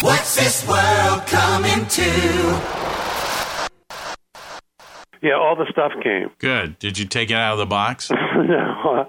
What's this world coming to? Yeah, all the stuff came. Good. Did you take it out of the box? no,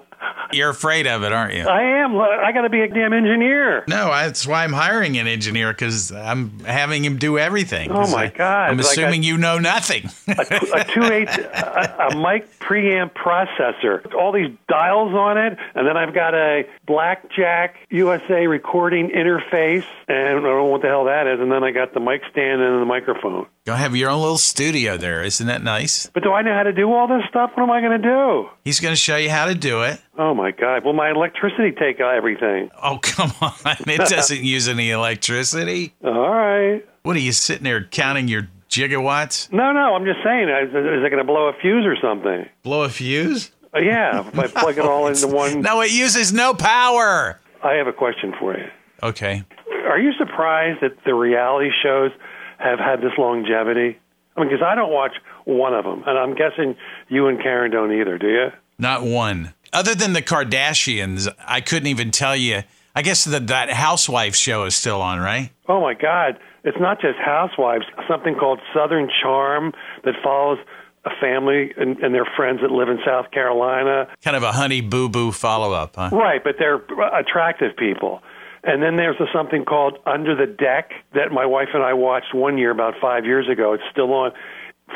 You're afraid of it, aren't you? I am. I got to be a damn engineer. No, I- that's why I'm hiring an engineer because I'm having him do everything. Oh, 'Cause my I- God. I'm It's like I- assuming you know nothing. a two eight a, a mic preamp processor, all these dials on it, and then I've got a blackjack USA recording interface, and I don't know what the hell that is, and then I got the mic stand and the microphone. Go have your own little studio there. Isn't that nice? But do I know how to do all this stuff? What am I going to do? He's going to show you how to do it. Oh my God! Will my electricity take everything? Oh, come on. It doesn't use any electricity. All right. What are you sitting there counting your gigawatts? No, no. I'm just saying. Is is it going to blow a fuse or something? Blow a fuse? Uh, Yeah, if I plug it all into one. No, it uses no power. I have a question for you. Okay. Are you surprised that the reality shows have had this longevity? I mean, because I don't watch one of them, and I'm guessing you and Karen don't either, do you? Not one. Other than the Kardashians, I couldn't even tell you. I guess that that housewife show is still on, right? Oh my God! It's not just housewives. Something called Southern Charm that follows a family and, and their friends that live in South Carolina. Kind of a honey boo boo follow up, huh? Right, but they're attractive people. And then there's a, something called Under the Deck that my wife and I watched one year about five years ago. It's still on.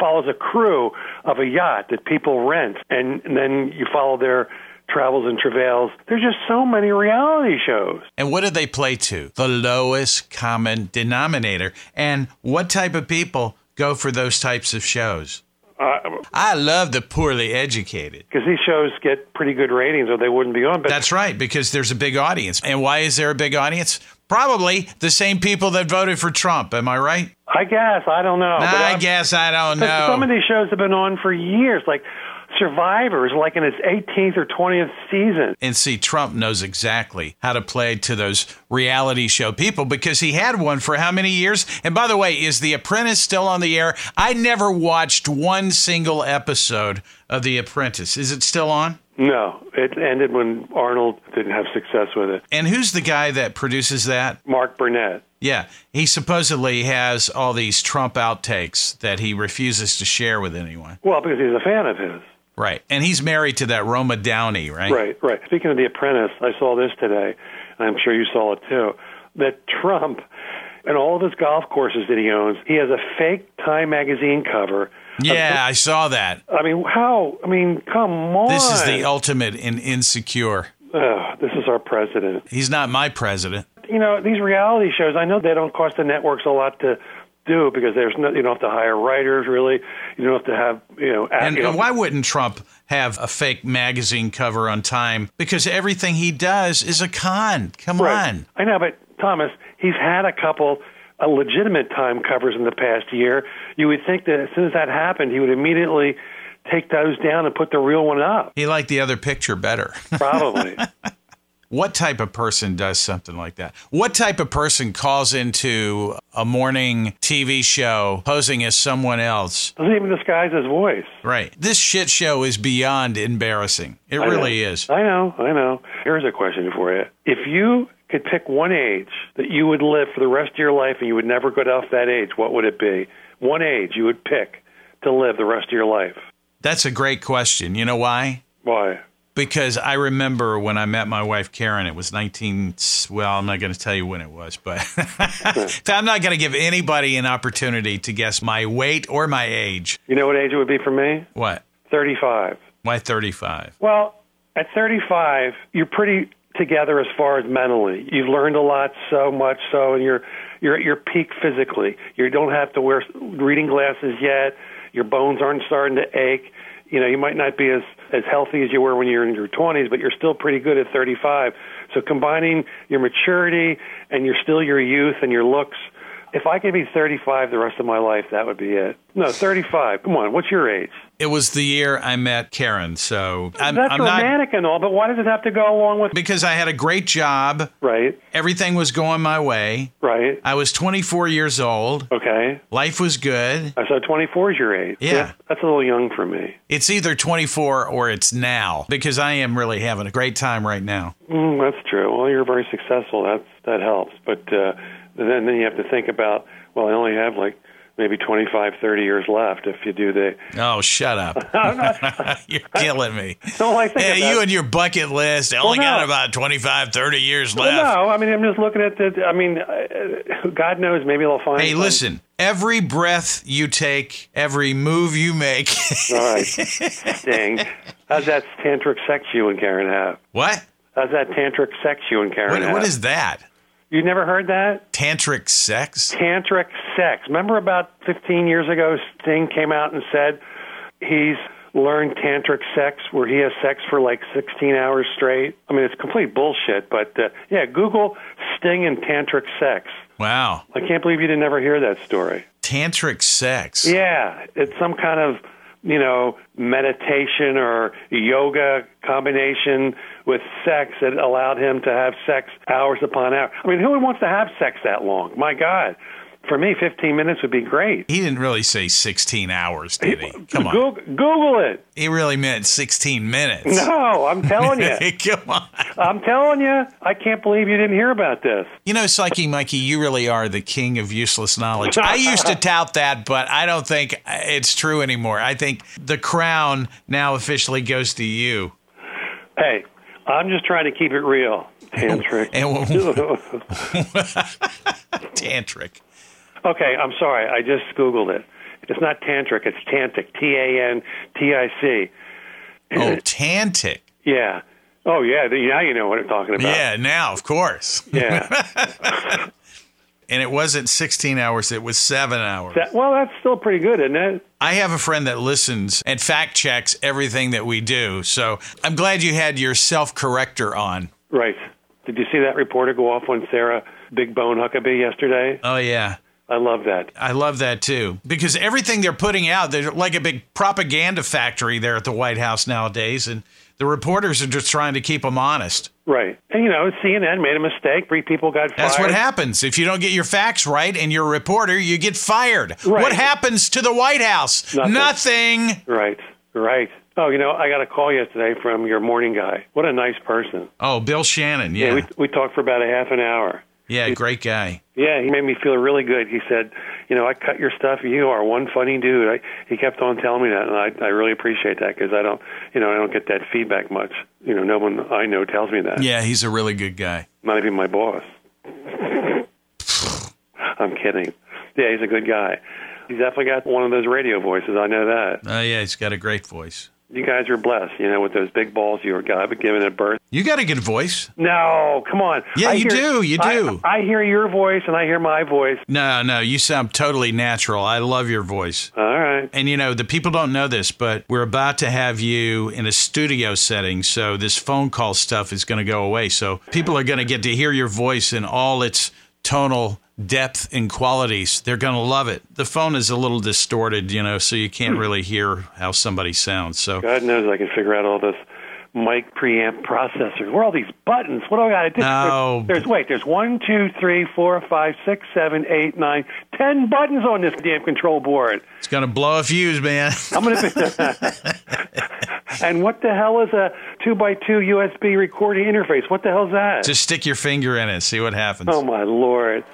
Follows a crew of a yacht that people rent, and, and then you follow their travels and travails. There's just so many reality shows. And what do they play to? The lowest common denominator. And what type of people go for those types of shows? Because I love the poorly educated. these shows get pretty good ratings, or they wouldn't be on. But That's right, because there's a big audience. And why is there a big audience? Probably the same people that voted for Trump. Am I right? I guess I don't know. Oh, but I I'm- guess I don't But know. Some of these shows have been on for years, like Survivor is like in its 18th or 20th season. and see, Trump knows exactly how to play to those reality show people because he had one for how many years? And by the way, is The Apprentice still on the air? I never watched one single episode of The Apprentice. Is it still on? No, it ended when Arnold didn't have success with it. And who's the guy that produces that? Mark Burnett. Yeah, he supposedly has all these Trump outtakes that he refuses to share with anyone. Well, because he's a fan of his. Right. And he's married to that Roma Downey, right? Right, right. Speaking of The Apprentice, I saw this today, and I'm sure you saw it too, that Trump and all of his golf courses that he owns, he has a fake Time magazine cover. Yeah, I saw that. I mean, how? I mean, come on. This is the ultimate in insecure. Ugh, this is our president. He's not my president. you know these reality shows i know they don't cost the networks a lot to do because there's no you don't have to hire writers really you don't have to have you know act- And, you know, and why wouldn't Trump have a fake magazine cover on time? Because everything he does is a con. Come right. on. i know but thomas he's had a couple uh, legitimate time covers in the past year you would think that as soon as that happened he would immediately take those down and put the real one up He liked the other picture better. probably what type of person does something like that? What type of person calls into a morning TV show posing as someone else? doesn't even disguise his voice Right. This shit show is beyond embarrassing. It I know. really is. I know, I know. Here's a question for you. If you could pick one age that you would live for the rest of your life and you would never get off that age, what would it be? One age you would pick to live the rest of your life. That's a great question. You know why? Why? because I remember when I met my wife Karen, it was 19. Well, I'm not going to tell you when it was, but So I'm not going to give anybody an opportunity to guess my weight or my age. You know what age it would be for me? What? 35. Why 35? Well, at 35, you're pretty together as far as mentally. You've learned a lot so much so and you're you're at your peak physically. You don't have to wear reading glasses yet. Your bones aren't starting to ache. You know, you might not be as as healthy as you were when you're in your 20s, but you're still pretty good at 35. So combining your maturity and you're still your youth and your looks if I could be 35 the rest of my life, that would be it. No, 35. Come on, what's your age? It was the year I met Karen, so I'm, That's I'm not romantic and all, but why does it have to go along with because I had a great job. Right, Everything was going my way. right. I was 24 years old. Okay. Life was good. So 24 is your age. Yeah. That's a little young for me. It's either 24 or it's now because I am really having a great time right now. Mm, that's true. Well, you're very successful. That's, that helps. But uh, And then, then you have to think about, well, I only have like maybe 25, 30 years left if you do the. Oh, shut up. I'm not, You're killing me. don't like thinking Hey, about you it. and your bucket list. I only Well, no. got about 25, 30 years Well, left. no, I mean, I'm just looking at the. I mean, uh, God knows, maybe they'll find. Hey, some- listen, every breath you take, every move you make. All right. Sting. How's that tantric sex you and Karen have? what? How's that tantric sex you and Karen What, have? what is that? You never heard that? Tantric sex? Tantric sex. Remember about 15 years ago, Sting came out and said he's learned tantric sex where he has sex for like 16 hours straight. I mean, it's complete bullshit, but uh, yeah, Google Sting and tantric sex. Wow. I can't believe you didn't ever hear that story. Tantric sex. Yeah, it's some kind of you know meditation or yoga combination with sex that allowed him to have sex hours upon hours. I mean, who wants to have sex that long? My God, for me, fifteen minutes would be great. He didn't really say 16 hours, did he? Come on. Google, Google it. He really meant 16 minutes. No, I'm telling you, Come on. I'm telling you, I can't believe you didn't hear about this. You know, Psyche Mikey, you really are the king of useless knowledge. I used to tout that, but I don't think it's true anymore. I think the crown now officially goes to you. Hey, I'm just trying to keep it real. Tantric. And tantric. Okay, I'm sorry. I just Googled it. It's not tantric, it's tantic. T A N T I C. Oh, tantic. Yeah. Oh, yeah. the- Now you know what I'm talking about. Yeah, now, of course. Yeah. And it wasn't 16 hours, it was seven hours. That- well, that's still pretty good, isn't it? I have a friend that listens and fact checks everything that we do. So I'm glad you had your self corrector on. Right. Did you see that reporter go off on Sarah Big Bone Huckabee yesterday? Oh, yeah. I love that. I love that too because everything they're putting out, they're like a big propaganda factory there at the White House nowadays, and the reporters are just trying to keep them honest. Right. And, you know, CNN made a mistake. Three people got fired. That's what happens if you don't get your facts right and you're a reporter, you get fired. Right. What happens to the White House? Nothing. Nothing. Right. Right. Oh, you know, I got a call yesterday from your morning guy. What a nice person. Oh, Bill Shannon, yeah, Yeah, yeah, we, we talked for about a half an hour. great guy. Yeah, he made me feel really good. He said, "You know, I cut your stuff. You are one funny dude." I, he kept on telling me that, and I, I really appreciate that because I don't, you know, I don't get that feedback much. You know, no one I know tells me that. Yeah, he's a really good guy. Not even my boss. I'm kidding. Yeah, he's a good guy. He's definitely got one of those radio voices. I know that. Oh yeah, he's got a great voice. You guys are blessed. You know, with those big balls you were got given at birth. You got a good voice. No, come on. Yeah, I you hear- do, you I- do. I hear your voice and I hear my voice. No, no, you sound totally natural. I love your voice. All right. And you know, the people don't know this, but we're about to have you in a studio setting. So this phone call stuff is going to go away. So people are going to get to hear your voice in all its tonal depth and qualities. They're going to love it. The phone is a little distorted, you know, so you can't really hear how somebody sounds. So God knows I can figure out all this mic preamp processor. Where are all these buttons? What do I got to do? No. There's, there's wait. There's one, two, three, four, five, six, seven, eight, nine, ten buttons on this damn control board. it's going to blow a fuse, man. I'm gonna. and what the hell is a two by two USB recording interface? What the hell's that? Just stick your finger in it, see what happens. oh my lord.